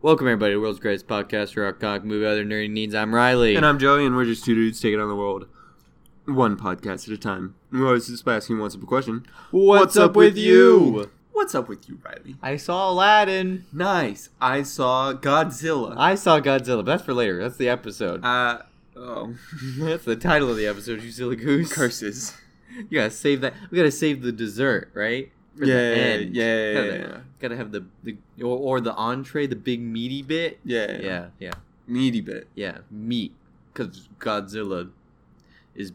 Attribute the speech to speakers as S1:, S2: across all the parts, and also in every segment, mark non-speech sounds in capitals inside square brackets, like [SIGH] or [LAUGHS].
S1: Welcome everybody to World's Greatest Podcast, Rock Talk, Movie Other Nerdy Needs. I'm Riley.
S2: And I'm Joey, and we're just two dudes taking on the world, one podcast at a time. And We're always just by asking one simple question:
S1: What's up with you?
S2: What's up with you, Riley?
S1: I saw Aladdin.
S2: Nice. I saw Godzilla.
S1: I saw Godzilla. But that's for later. That's the episode.
S2: uh oh,
S1: [LAUGHS]
S2: [LAUGHS]
S1: that's the title of the episode. You silly goose.
S2: curses.
S1: You gotta save that. We gotta save the dessert, right? For the
S2: Yeah,
S1: end.
S2: yeah,
S1: gotta,
S2: yeah.
S1: Gotta have the, the or, or the entree, the big meaty bit.
S2: Yeah,
S1: yeah, yeah.
S2: Meaty bit.
S1: yeah. Meat, because Godzilla is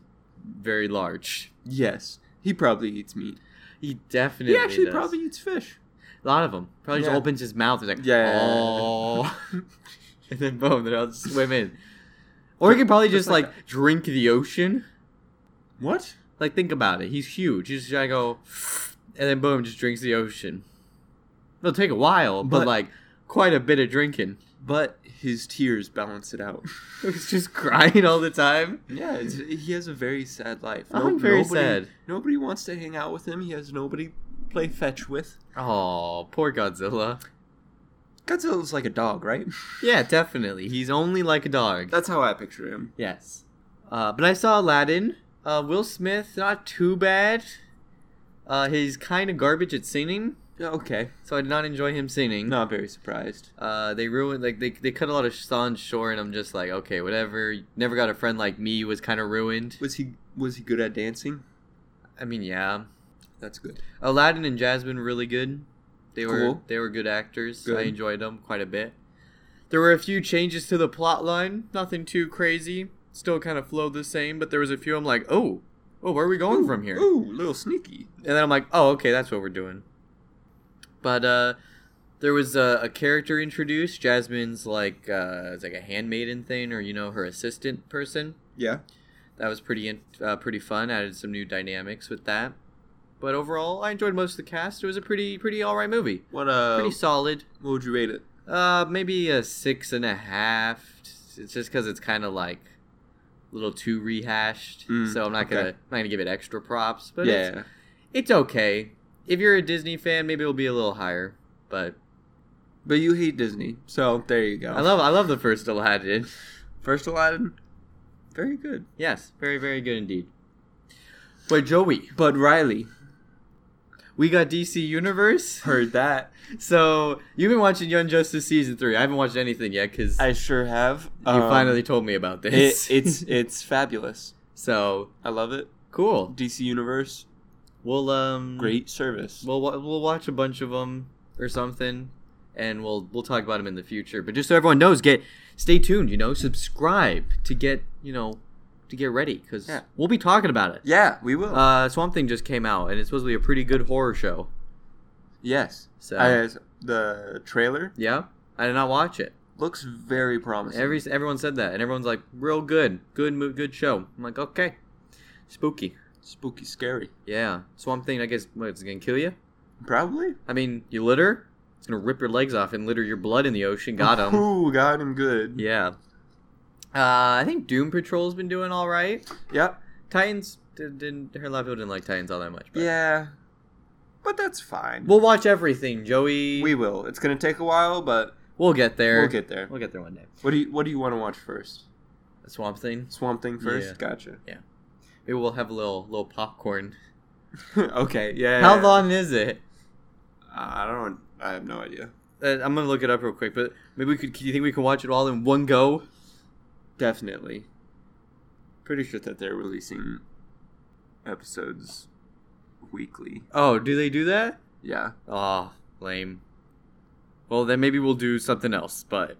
S1: very large.
S2: Yes, he probably eats meat.
S1: He definitely.
S2: he actually
S1: does.
S2: probably eats fish.
S1: A lot of them. Probably just
S2: Yeah.
S1: opens his mouth. He's like,
S2: Yeah.
S1: [LAUGHS] oh. and then boom, they're all just swim in. Or he could probably
S2: Just
S1: just
S2: like
S1: like drink the ocean.
S2: What?
S1: Like, think about it. He's huge. He's just gotta go, and then boom, just drinks the ocean. It'll take a while, but,
S2: But-
S1: like quite a bit of drinking. [LAUGHS]
S2: But his tears balance it out.
S1: He's just crying all the time.
S2: Yeah, it's, he has a very sad life.
S1: I'm very sad.
S2: Nobody wants to hang out with him. He has nobody to play fetch with.
S1: Oh, poor Godzilla.
S2: Godzilla's like a dog, right?
S1: Yeah, definitely. He's only like a dog.
S2: [LAUGHS] That's how I picture him.
S1: Yes. Uh, but I saw Aladdin. Uh, Will Smith, not too bad. Uh, he's kind of garbage at singing,
S2: Yeah, Okay,
S1: so I did not enjoy him singing.
S2: not very surprised.
S1: Uh, they ruined like they, they cut a lot of songs short, and I'm just like, okay, whatever. Never got a friend like me was kind of ruined.
S2: Was he was he good at dancing?
S1: I mean, yeah.
S2: That's good.
S1: Aladdin and Jasmine really good. They were
S2: Cool.
S1: they were good actors. I
S2: Good.
S1: enjoyed them quite a bit. There were a few changes to the plot line. Nothing too crazy. Still kind of flowed the same, but there was a few I'm like, oh, oh, where are we going from here?
S2: Ooh, little sneaky.
S1: And then I'm like, oh, okay, that's what we're doing. But uh, there was a, a character introduced. Jasmine's like uh, it's like a handmaiden thing, or you know, her assistant person.
S2: Yeah.
S1: That was pretty in, uh, pretty fun. Added some new dynamics with that. But overall, I enjoyed most of the cast. It was a pretty pretty all right movie.
S2: What uh?
S1: Pretty solid.
S2: what would you rate it?
S1: Uh, maybe a six and a half. It's just because it's kind of like a little too rehashed.
S2: Mm,
S1: so I'm not
S2: okay.
S1: gonna I'm not gonna give it extra props. But it's,
S2: yeah.
S1: it's okay. If you're a Disney fan, maybe it'll be a little higher. But
S2: But you hate Disney, so there you go.
S1: I love I love the first Aladdin. [LAUGHS]
S2: first Aladdin. Very good.
S1: Yes, very very good indeed. But Joey,
S2: But Riley
S1: we got DC Universe,
S2: heard that.
S1: so you've been watching Young Justice season three. I haven't watched anything yet because you
S2: [LAUGHS] I sure have. Um,
S1: finally told me about this.
S2: [LAUGHS] it's it's fabulous.
S1: [LAUGHS] so
S2: I love it.
S1: cool.
S2: DC Universe,
S1: We'll um
S2: great service.
S1: We'll wa- we'll watch a bunch of them or something, and we'll we'll talk about them in the future. But just so everyone knows, get stay tuned. You know, subscribe to get you know to get ready because
S2: Yeah.
S1: we'll be talking about it.
S2: Yeah, we will.
S1: Uh, Swamp Thing just came out, and it's supposed to be a pretty good horror show.
S2: yes.
S1: So
S2: I, the trailer
S1: yeah, I did not watch it.
S2: looks very promising.
S1: Every everyone said that, and everyone's like, real good, good mo- good show. I'm like, okay, spooky.
S2: spooky, scary.
S1: Yeah, Swamp Thing. I guess what, it's gonna kill you.
S2: Probably.
S1: I mean, you litter. It's gonna rip your legs off and litter your blood in the ocean. Got him.
S2: Ooh, got him good.
S1: Yeah. Uh, I think Doom Patrol's been doing all right.
S2: Yep.
S1: Titans did, didn't. A lot of people didn't like Titans all that much. But
S2: Yeah. But that's fine.
S1: We'll watch everything, Joey.
S2: we will. It's gonna take a while, but
S1: we'll get there.
S2: we'll get there.
S1: We'll get there one day.
S2: What do you What do you want to watch first?
S1: A swamp Thing.
S2: Swamp Thing first. Gotcha. [LAUGHS]
S1: Maybe we'll have a little little popcorn.
S2: okay. Yeah.
S1: How
S2: yeah,
S1: long is it?
S2: yeah. I don't. I have no idea.
S1: Uh, I'm gonna look it up real quick. But maybe we could. You think we can watch it all in one go?
S2: Definitely. Pretty sure that they're releasing episodes weekly.
S1: Oh, do they do that?
S2: Yeah.
S1: Ah, lame. Well, then maybe we'll do something else. But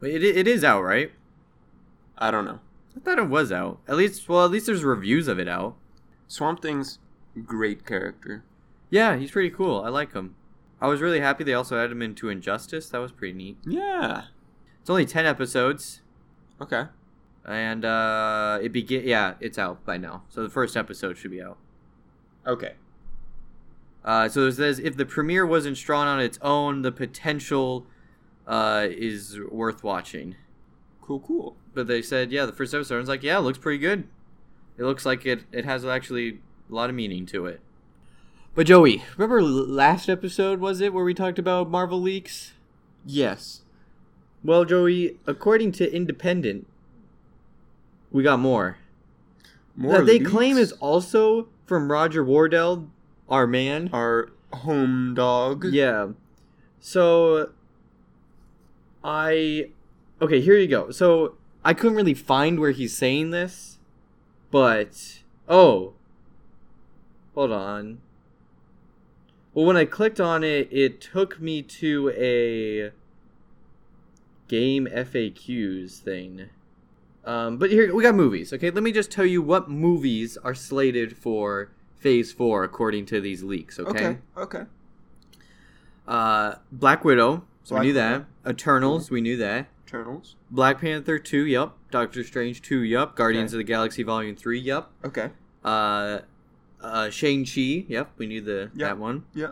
S1: Wait, it it is out, right?
S2: I don't know.
S1: I thought it was out. At least, well, at least there's reviews of it out.
S2: Swamp Thing's great character.
S1: Yeah, he's pretty cool. I like him. I was really happy they also added him into Injustice. That was pretty neat.
S2: Yeah.
S1: It's only 10 episodes
S2: Okay.
S1: and uh it begin yeah, it's out by now. So the first episode should be out.
S2: Okay.
S1: Uh so it says if the premiere wasn't strong on its own, the potential uh is worth watching.
S2: Cool. Cool.
S1: But they said, yeah, the first episode I was like, yeah, it looks pretty good. It looks like it it has actually a lot of meaning to it. But Joey, remember l- last episode was it where we talked about Marvel leaks?
S2: Yes.
S1: Well, Joey, according to Independent, we got more.
S2: More
S1: that they
S2: leaks.
S1: claim is also from Roger Wardell, our man.
S2: our home dog.
S1: Yeah. So I Okay, here you go. So I couldn't really find where he's saying this, but oh. Hold on. Well, when I clicked on it, it took me to a game FAQs thing. Um, but here we got movies. Okay, let me just tell you what movies are slated for Phase Four according to these leaks.
S2: Okay. Okay.
S1: Uh, Black Widow,
S2: Black
S1: we knew
S2: Widow. Mm-hmm.
S1: that. Eternals, we knew that.
S2: Eternals.
S1: Black Panther 2, yup. Doctor Strange 2, yup. Guardians
S2: Okay.
S1: of the Galaxy Volume 3, yup.
S2: Okay.
S1: Uh, uh, Shang-Chi, yep, we knew the
S2: Yeah.
S1: that one.
S2: Yeah.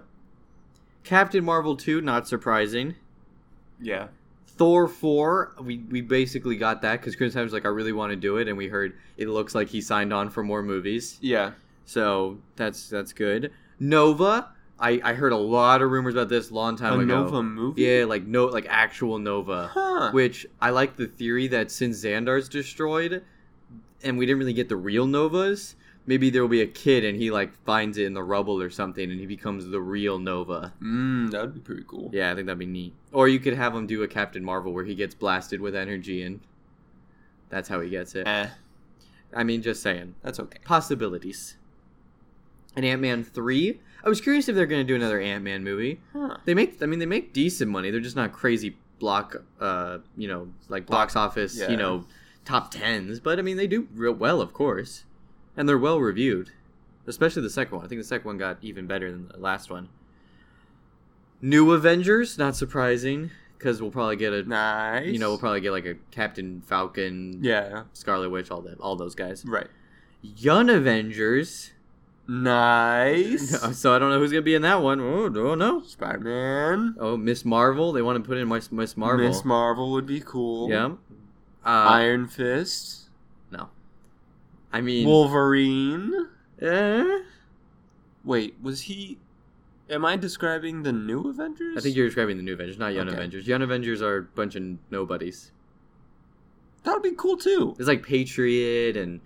S1: Captain Marvel 2, not surprising.
S2: Yeah.
S1: Thor 4, we, we basically got that because Chris Hemsworth's like, I really want to do it, and we heard it looks like he signed on for more movies.
S2: Yeah.
S1: So that's that's good. Nova, I, I heard a lot of rumors about this long time
S2: a
S1: ago.
S2: Nova movie.
S1: Yeah, like no, like actual Nova.
S2: Huh.
S1: [LAUGHS] Which I like the theory that since Xandar's destroyed, and we didn't really get the real Novas, maybe there will be a kid and he like finds it in the rubble or something, and he becomes the real Nova.
S2: Mm, that'd be pretty cool.
S1: Yeah, I think that'd be neat. Or you could have him do a Captain Marvel where he gets blasted with energy and that's how he gets it.
S2: Eh,
S1: I mean, just saying
S2: that's okay.
S1: possibilities. And Ant Man three. I was curious if they're gonna do another Ant Man movie.
S2: Huh.
S1: They make, I mean, they make decent money. They're just not crazy block, uh, you know, like box office,
S2: yeah.
S1: you know, top tens. But I mean, they do real well, of course, and they're well reviewed, especially the second one. I think the second one got even better than the last one. New Avengers, not surprising, because we'll probably get a,
S2: Nice.
S1: you know, we'll probably get like a Captain Falcon,
S2: yeah.
S1: Scarlet Witch, all that, all those guys.
S2: Right.
S1: Young Avengers. [LAUGHS]
S2: Nice.
S1: So I don't know who's gonna be in that one. Oh, don't know.
S2: Spider Man.
S1: Oh, Miss Marvel. They want to put in Miss, Miss Marvel.
S2: Miss Marvel would be cool.
S1: Yeah. Uh,
S2: Iron Fist.
S1: no. I mean,
S2: Wolverine.
S1: eh?
S2: Wait, was he? Am I describing the new Avengers?
S1: I think you're describing the new Avengers, not Young
S2: Okay.
S1: Avengers. Young Avengers are a bunch of nobodies.
S2: that would be cool too.
S1: It's like Patriot and,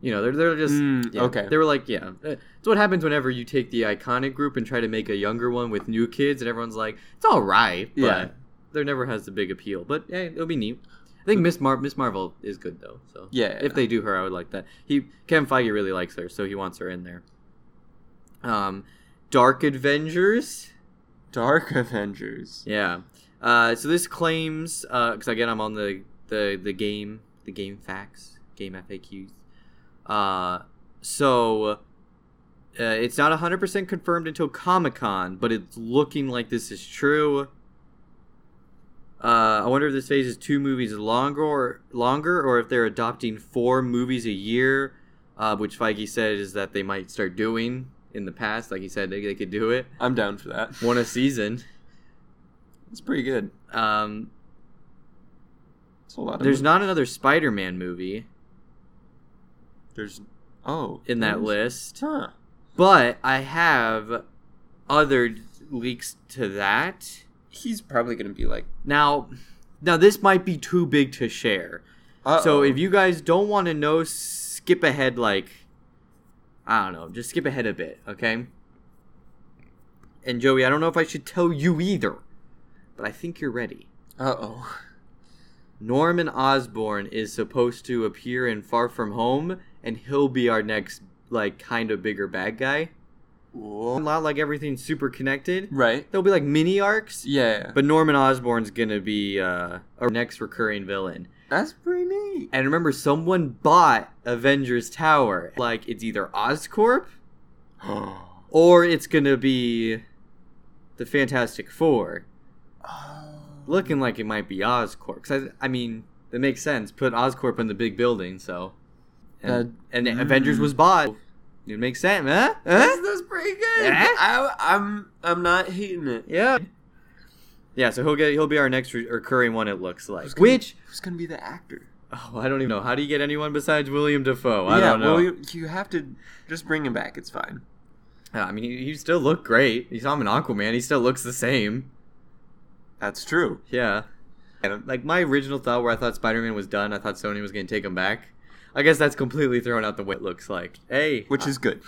S1: you know, they're, they're just.
S2: Mm,
S1: yeah.
S2: Okay.
S1: They were like, yeah. Eh, It's what happens whenever you take the iconic group and try to make a younger one with new kids, and everyone's like, it's all right, but
S2: Yeah.
S1: there never has the big appeal. But hey, it'll be neat. I think Miss Mar- Miss Marvel is good though. So
S2: Yeah.
S1: if they do her, I would like that. He Kevin Feige really likes her, so he wants her in there. Um, Dark Avengers,
S2: Dark Avengers.
S1: yeah. Uh, so this claims because again I'm on the the the game the game facts game FAQs. Uh, so uh, it's not 100% confirmed until Comic Con, but it's looking like this is true. Uh, I wonder if this phase is two movies longer or longer, or if they're adopting four movies a year, uh, which Feige said is that they might start doing in the past. Like he said, they, they could do it
S2: I'm down for that.
S1: one a season.
S2: It's pretty good.
S1: Um,
S2: It's a lot. Of
S1: There's
S2: movies.
S1: not another Spider-Man movie
S2: There's. Oh.
S1: in that
S2: there's-
S1: list,
S2: Huh.
S1: but I have other leaks to that.
S2: He's probably gonna be like.
S1: Now, now this might be too big to share. So if you guys don't want to know, skip ahead like I don't know, just skip ahead a bit, okay? And Joey, I don't know if I should tell you either, but I think you're ready.
S2: Uh oh.
S1: Norman Osborn is supposed to appear in Far From Home, and he'll be our next, like, kind of bigger bad guy. A
S2: Whoa.
S1: lot like everything's super connected.
S2: Right.
S1: There'll be like mini arcs,
S2: Yeah.
S1: but Norman Osborn's gonna be uh, our next recurring villain.
S2: that's pretty neat.
S1: [GASPS] And remember, someone bought Avengers Tower. Like, it's either Oscorp
S2: oh.
S1: or it's gonna be the Fantastic Four. Looking like it might be Oscorp. 'Cause I, I mean, that makes sense. Put Oscorp in the big building, so. And, and
S2: mm.
S1: Avengers was bought. It makes sense, huh?
S2: That's,
S1: huh?
S2: that's pretty good.
S1: Eh?
S2: I, I'm I'm not hating it.
S1: Yeah. Yeah, so he'll get he'll be our next re- recurring one. It looks like,
S2: Who's gonna-
S1: which
S2: Who's gonna be the actor?
S1: oh, I don't even know. How do you get anyone besides William Defoe? Oh, I don't know.
S2: Well, you, you have to just bring him back. It's fine.
S1: I mean, he, he still looked great. He's saw him in Aquaman. He still looks the same.
S2: That's true.
S1: Yeah. And, Like my original thought, where I thought Spider-Man was done, I thought Sony was going to take him back. I guess that's completely thrown out the way it looks like. Hey,
S2: which is good.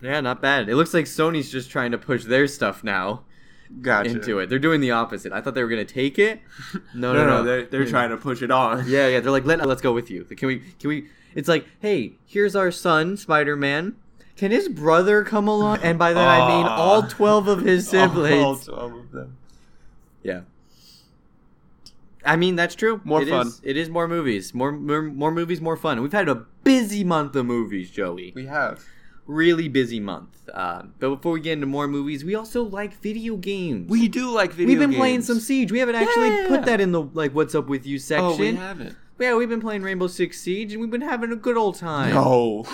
S1: yeah, not bad. It looks like Sony's just trying to push their stuff now
S2: Gotcha.
S1: into it. They're doing the opposite. I thought they were going to take
S2: [LAUGHS]
S1: it. No, no, no.
S2: They're, they're trying to push it on.
S1: [LAUGHS]
S2: [LAUGHS]
S1: Yeah, yeah. They're like, let let's go with you. Can we? Can we? It's like, hey, here's our son, Spider Man. Can his brother come along? And by that I
S2: [LAUGHS]
S1: mean
S2: Aw.
S1: all twelve of his siblings.
S2: Ah. [LAUGHS] All twelve of them.
S1: Yeah. I mean that's true.
S2: More
S1: It
S2: fun.
S1: is- it is more movies. More, more more movies, more fun. We've had a busy month of movies, Joey.
S2: We have.
S1: Really busy month. Uh, but before we get into more movies, we also like video games.
S2: We do like video.
S1: We've been playing
S2: games.
S1: some Siege. We haven't actually
S2: Yeah.
S1: put that in the like what's up with you section.
S2: Oh, we haven't.
S1: Yeah, we've been playing Rainbow Six Siege and we've been having a good old time.
S2: No.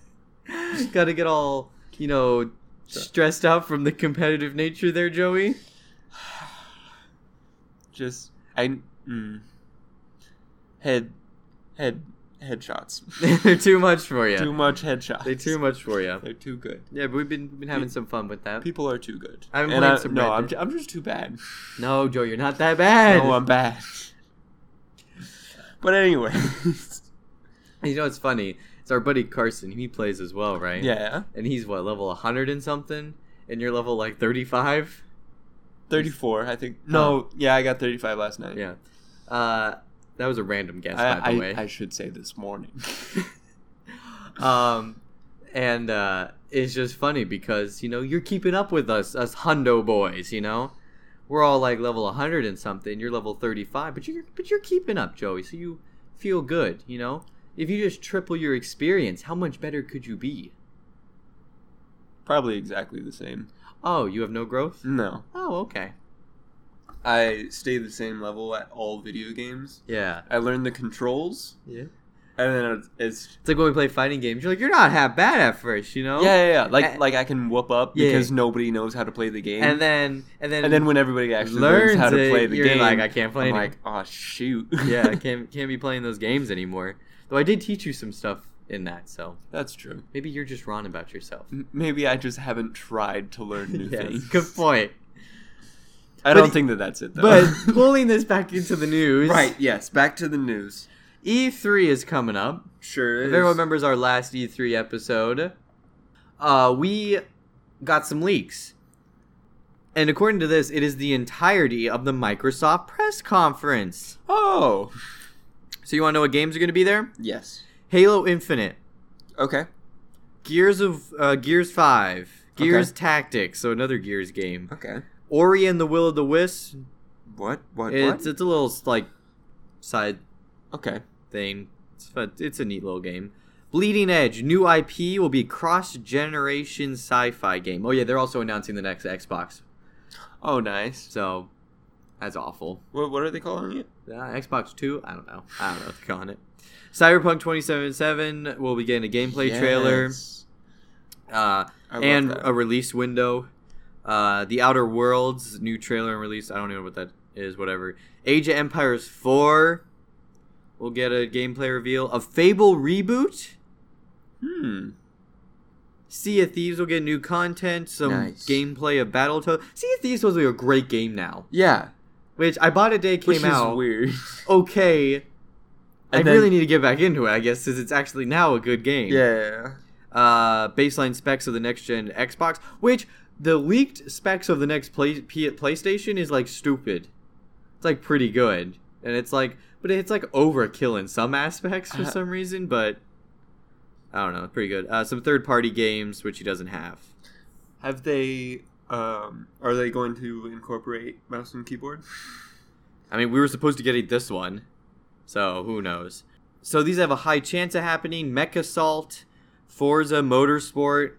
S1: [LAUGHS] Got to get all, you know, stressed out from the competitive nature there, Joey. [LAUGHS]
S2: Just I mm, head head headshots. [LAUGHS]
S1: They're too much for you.
S2: Too much headshots.
S1: They're too much for you.
S2: [LAUGHS] They're too good.
S1: Yeah, but we've been been having some fun with that.
S2: People are too good.
S1: I've been
S2: And
S1: playing
S2: I-
S1: some
S2: No,
S1: Red
S2: I'm,
S1: Dead.
S2: I'm just too bad.
S1: No, Joe, you're not that bad.
S2: No, I'm bad. [LAUGHS] But anyway,
S1: [LAUGHS]
S2: [LAUGHS]
S1: you know, it's funny. It's our buddy Carson. He plays as well, right?
S2: yeah,
S1: And he's what level 100 and something, and you're level like 35.
S2: 34. I think. No, yeah, I got 35 last night.
S1: Yeah. Uh, that was a random guess, by
S2: I,
S1: the
S2: I-
S1: way.
S2: I should say this morning. [LAUGHS]
S1: um, and uh, it's just funny because you know you're keeping up with us, us hundo boys. You know, we're all like level 100 and something. You're level 35, but you're but you're keeping up, Joey. So you feel good. You know, if you just triple your experience, how much better could you be?
S2: Probably exactly the same.
S1: Oh, you have no growth.
S2: No,
S1: Oh, okay.
S2: I stay the same level at all video games.
S1: Yeah.
S2: I learned the controls,
S1: Yeah.
S2: and then it's, it's
S1: It's like when we play fighting games. You're like, you're not half bad at first, you know.
S2: yeah, yeah, yeah, like
S1: Eh.
S2: like I can whoop up
S1: Yeah.
S2: because nobody knows how to play the game.
S1: And then, and then,
S2: and then when everybody actually
S1: learns
S2: learns how to
S1: it,
S2: play the
S1: you're
S2: game,
S1: like, I can't play
S2: I'm
S1: anymore.
S2: like, oh shoot,
S1: [LAUGHS] yeah, I can't can't be playing those games anymore. Though I did teach you some stuff in that, so
S2: [LAUGHS] that's true.
S1: maybe you're just wrong about
S2: [LAUGHS]
S1: yourself.
S2: M- Maybe I just haven't tried to learn new
S1: [LAUGHS] Yes,
S2: things.
S1: good
S2: [LAUGHS]
S1: point.
S2: I
S1: But-
S2: don't think that that's it though. [LAUGHS]
S1: But pulling this back into the news,
S2: right, yes, back to the news.
S1: E3 is coming up.
S2: Sure
S1: If
S2: is.
S1: everyone remembers our last E3 episode, uh, we got some leaks. And according to this, it is the entirety of the Microsoft press conference.
S2: Oh,
S1: So you want to know what games are going to be there?
S2: yes.
S1: Halo Infinite,
S2: Okay.
S1: Gears of uh, Gears Five, Gears Tactics, so another Gears game.
S2: Okay.
S1: Ori and the Will of the Wisp.
S2: What? What?
S1: It's it's a little like side
S2: okay.
S1: thing. It's fun. It's a neat little game. Bleeding Edge, new IP will be cross generation sci fi game. Oh yeah, they're also announcing the next Xbox.
S2: Oh, nice.
S1: So that's awful.
S2: What, what are they calling it?
S1: Uh, Xbox Two? I don't know. I don't know what they're calling it. Cyberpunk 2077 will be getting a gameplay trailer
S2: Yes.
S1: uh,
S2: I love
S1: and
S2: that.
S1: a release window. Uh, the Outer Worlds new trailer and release. I don't even know what that is. Whatever. Age of Empires 4 will get a gameplay reveal. A Fable reboot.
S2: hmm.
S1: Sea of Thieves will get new content, some
S2: Nice.
S1: gameplay of Battletoads. Sea of Thieves was like a great game now,
S2: Yeah.
S1: which I bought a day it came
S2: Which is
S1: out.
S2: [LAUGHS] weird.
S1: Okay, I
S2: And then-
S1: really need to get back into it, I guess, since it's actually now a good game.
S2: yeah.
S1: Uh, baseline specs of the next gen Xbox, which the leaked specs of the next play- P- PlayStation is like stupid. It's like pretty good, and it's like, but it's like overkill in some aspects for
S2: Uh,
S1: some reason. But I don't know, pretty good. Uh, some third party games which he doesn't have.
S2: Have they? Um, are they going to incorporate mouse and keyboard?
S1: I mean, we were supposed to get it this one, so who knows? So these have a high chance of happening. Mech Assault, Forza Motorsport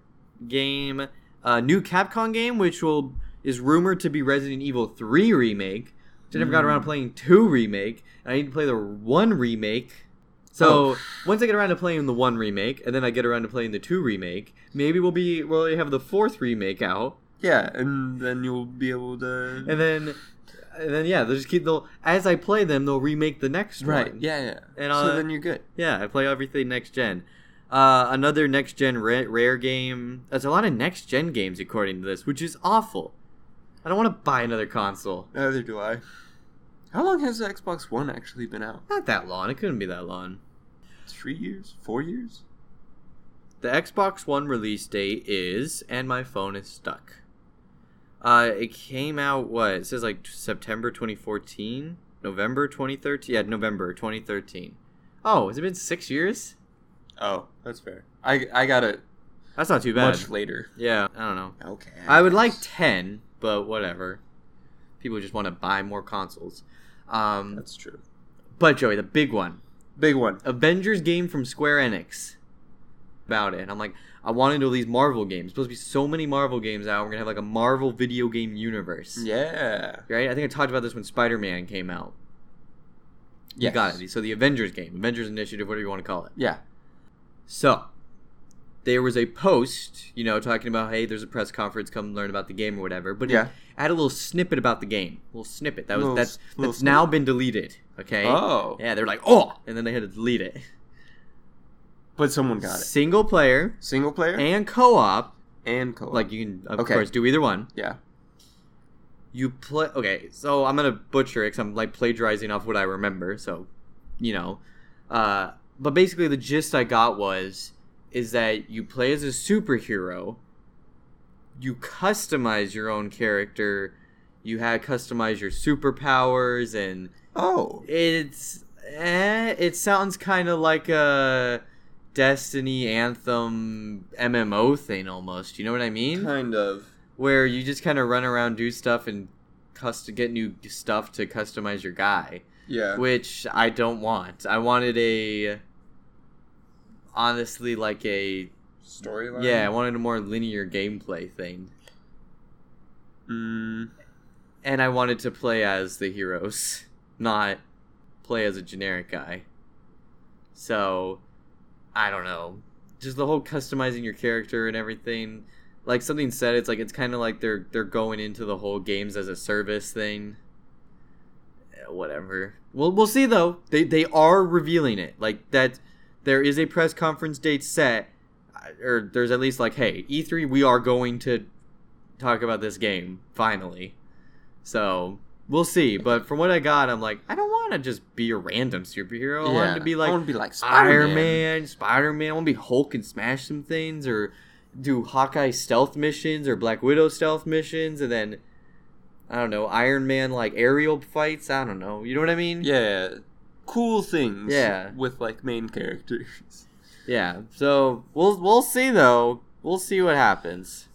S1: game, a new Capcom game, which will is rumored to be Resident Evil 3 remake. Which I never got around to playing 2 remake. and I need to play the 1 remake. So once I get around to playing the 1 remake, and then I get around to playing the 2 remake, maybe we'll be we'll have the 4th remake out
S2: Yeah, and then you'll be able to.
S1: and then and then yeah they'll just keep they'll as i play them they'll remake the next
S2: right.
S1: one
S2: Yeah, yeah.
S1: And, uh,
S2: so then you're good.
S1: yeah i play everything next gen uh, another next gen rare, rare game there's a lot of next gen games according to this which is awful i don't want to buy another console
S2: Neither do I. How long has the Xbox One actually been out?
S1: Not that long. It couldn't be that long.
S2: Three years? Four years?
S1: The Xbox One release date is, and my phone is stuck. Uh, it came out what it says like September 2014, November 2013. Yeah, November 2013. Oh, has it been six years?
S2: Oh, that's fair. I I got it
S1: That's not too bad.
S2: much later.
S1: yeah, I don't know.
S2: Okay.
S1: I would like ten, but whatever. People just want to buy more consoles. Um,
S2: That's true.
S1: but Joey, the big one,
S2: Big one.
S1: Avengers game from Square Enix about it. And I'm like, I want into these Marvel games. supposed to be so many Marvel games out. We're gonna have like a Marvel video game universe.
S2: Yeah.
S1: Right? I think I talked about this when Spider Man came out. You
S2: Yes.
S1: got it. So the Avengers game, Avengers Initiative, whatever you want to call it.
S2: Yeah.
S1: So there was a post, you know, talking about hey, there's a press conference, come learn about the game or whatever. But
S2: Yeah.
S1: it had a little snippet about the game, a little snippet that was
S2: Little
S1: that's
S2: s- little
S1: that's now been deleted. Okay.
S2: Oh.
S1: Yeah, they were like, oh, and then they had to delete it.
S2: But someone got it.
S1: Single player
S2: Single player and,
S1: and co-op,
S2: co-op.
S1: like you can of
S2: Okay.
S1: course do either one.
S2: yeah.
S1: You play okay, so I'm gonna butcher it because I'm like plagiarizing off what I remember. So, you know, uh, but basically the gist I got was is that you play as a superhero. You customize your own character. You had customize your superpowers, and
S2: Oh.
S1: it's eh, it sounds kind of like a Destiny Anthem MMO thing almost. You know what I mean?
S2: Kind of.
S1: where you just kind of run around, do stuff, and cust- get new stuff to customize your guy,
S2: Yeah.
S1: which I don't want. I wanted a honestly like a
S2: Storyline.
S1: yeah, I wanted a more linear gameplay thing,
S2: Mm,
S1: and I wanted to play as the heroes, [LAUGHS] not play as a generic guy. So, I don't know. Just the whole customizing your character and everything. Like something said, it's like it's kind of like they're they're going into the whole games as a service thing. Eh, Whatever. Well, we'll see though. They they are revealing it. Like that, there is a press conference date set, uh, or there's at least like, hey, E3, we are going to talk about this game finally. So we'll see. But from what I got, I'm like, I don't want to just be a random superhero. I want it to be like
S2: I want to be like Spider-Man.
S1: Iron Man, Spider Man. want to be Hulk and smash some things, or do Hawkeye stealth missions or Black Widow stealth missions, and then I don't know Iron Man like aerial fights. I don't know. You know what I mean?
S2: Yeah. Cool things.
S1: Yeah.
S2: With like
S1: [LAUGHS]
S2: main characters.
S1: Yeah. So we'll we'll see though. We'll see what happens.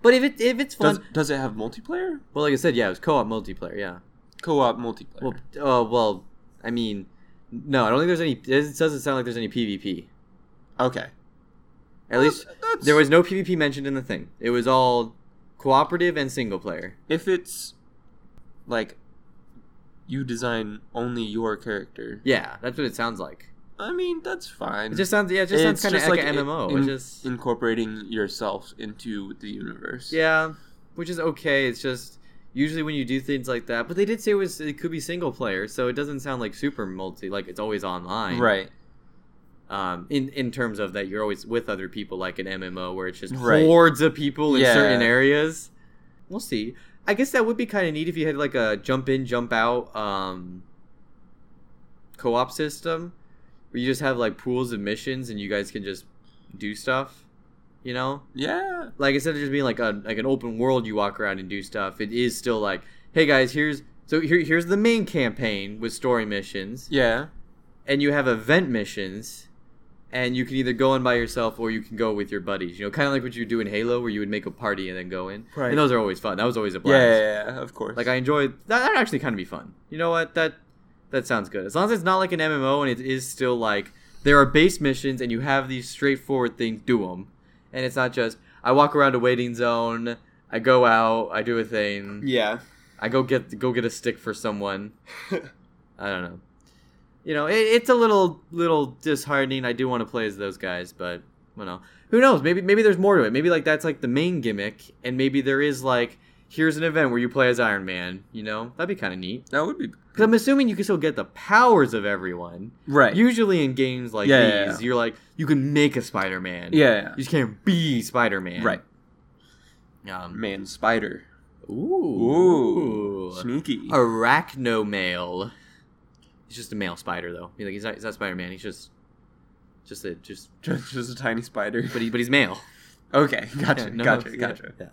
S1: But if it if it's fun,
S2: Does does it have multiplayer?
S1: well, like I said, yeah, it was co op multiplayer. Yeah.
S2: Co-op multiplayer.
S1: Well, uh, well, I mean, no, I don't think there's any. It doesn't sound like there's any PvP.
S2: okay.
S1: At least
S2: that's,
S1: There was no PvP mentioned in the thing. It was all cooperative and single player.
S2: if it's like you design only your character.
S1: Yeah, that's what it sounds like.
S2: I mean, that's fine.
S1: It just sounds yeah, it just
S2: It's
S1: sounds kind of
S2: just
S1: like,
S2: like
S1: an
S2: it-
S1: MMO.
S2: in-
S1: it's just
S2: incorporating yourself into the universe.
S1: yeah, which is okay. It's just usually when you do things like that. But they did say it was it could be single player, so it doesn't sound like super multi. Like it's always online,
S2: Right.
S1: Um, in in terms of that, you're always with other people, like an MMO where it's just
S2: Right.
S1: hordes of people in
S2: Yeah.
S1: certain areas. We'll see. I guess that would be kind of neat if you had like a jump in, jump out um, co-op system where you just have like pools of missions and you guys can just do stuff. You know,
S2: Yeah.
S1: like instead of just being like a like an open world, you walk around and do stuff. It is still like, hey guys, here's so here, here's the main campaign with story missions
S2: Yeah.
S1: and you have event missions and you can either go in by yourself or you can go with your buddies you know kind of like what you do in halo where you would make a party and then go in
S2: Right.
S1: and those are always fun that was always a
S2: Yeah,
S1: blast
S2: yeah, yeah, of course.
S1: like i enjoyed that that actually kind of be fun you know what that that sounds good as long as it's not like an mmo and it is still like there are base missions and you have these straightforward things do them and it's not just i walk around a waiting zone i go out i do a thing
S2: yeah.
S1: I go get go get a stick for
S2: [LAUGHS]
S1: someone. I don't know. You know, it, it's a little little disheartening. I do want to play as those guys, but you know, who knows? Maybe maybe there's more to it. Maybe like that's like the main gimmick, and maybe there is like here's an event where you play as Iron Man. You know, that'd be kind of neat.
S2: That would be
S1: Because I'm assuming you can still get the powers of everyone.
S2: right.
S1: Usually in games like
S2: Yeah,
S1: these,
S2: yeah, yeah.
S1: you're like you can make a Spider-Man.
S2: yeah,
S1: you just can't be
S2: yeah.
S1: Spider-Man.
S2: Right.
S1: Um,
S2: Man spider.
S1: Ooh.
S2: Sneaky.
S1: Oh. Arachnomale. He's just a male spider, though. He's like he's not, he's not Spider Man. He's just, just a just,
S2: [LAUGHS] Just, just a tiny spider.
S1: but he but he's male.
S2: [LAUGHS] Okay, gotcha,
S1: Yeah, no,
S2: gotcha,
S1: yeah,
S2: gotcha.
S1: yeah.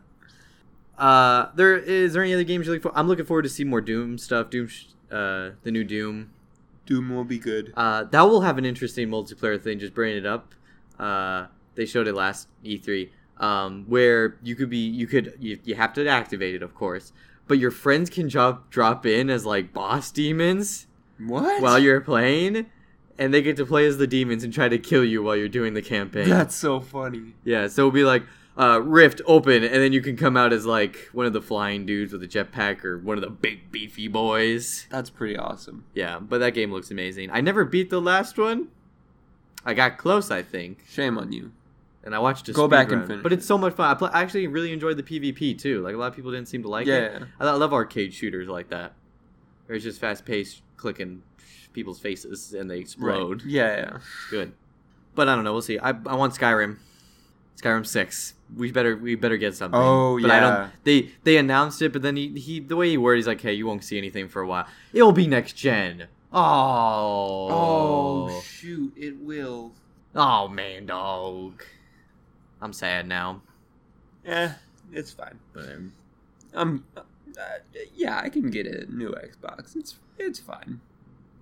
S1: Uh, there is there any other games you look for? I'm looking forward to see more Doom stuff. Doom, sh- uh, the new Doom.
S2: Doom will be good.
S1: Uh, that will have an interesting multiplayer thing. Just bringing it up. Uh, they showed it last E3, um, where you could be, you could, you, you have to activate it, of course, but your friends can drop drop in as like boss demons
S2: What?
S1: while
S2: [LAUGHS]
S1: you're playing, and they get to play as the demons and try to kill you while you're doing the campaign.
S2: That's so funny.
S1: Yeah, so it'll be like uh, rift open, and then you can come out as like one of the flying dudes with a jetpack or one of the big beefy boys.
S2: That's pretty awesome.
S1: Yeah, but that game looks amazing. I never beat the last one. I got close, I think,
S2: Shame on you.
S1: and I watched a
S2: Go
S1: speed
S2: back and
S1: run,
S2: finish
S1: But it's
S2: it.
S1: so much fun. I, pl- I actually really enjoyed the PvP too. Like a lot of people didn't seem to like it.
S2: yeah.
S1: I, I love arcade shooters like that. Where it's just fast paced, clicking people's faces, and they explode.
S2: Right. Yeah, yeah.
S1: good. But I don't know. We'll see. I, I want Skyrim. Skyrim six. We better we better get something.
S2: Oh,
S1: but I
S2: yeah.
S1: don't, they they announced it, but then he, he the way he worded, he's like, hey, you won't see anything for a while. It'll be next gen. Oh.
S2: Oh shoot, it will.
S1: Oh man, dog. I'm sad now.
S2: Eh, it's fine.
S1: But um,
S2: Um, uh, yeah, I can get a new Xbox. It's it's fine.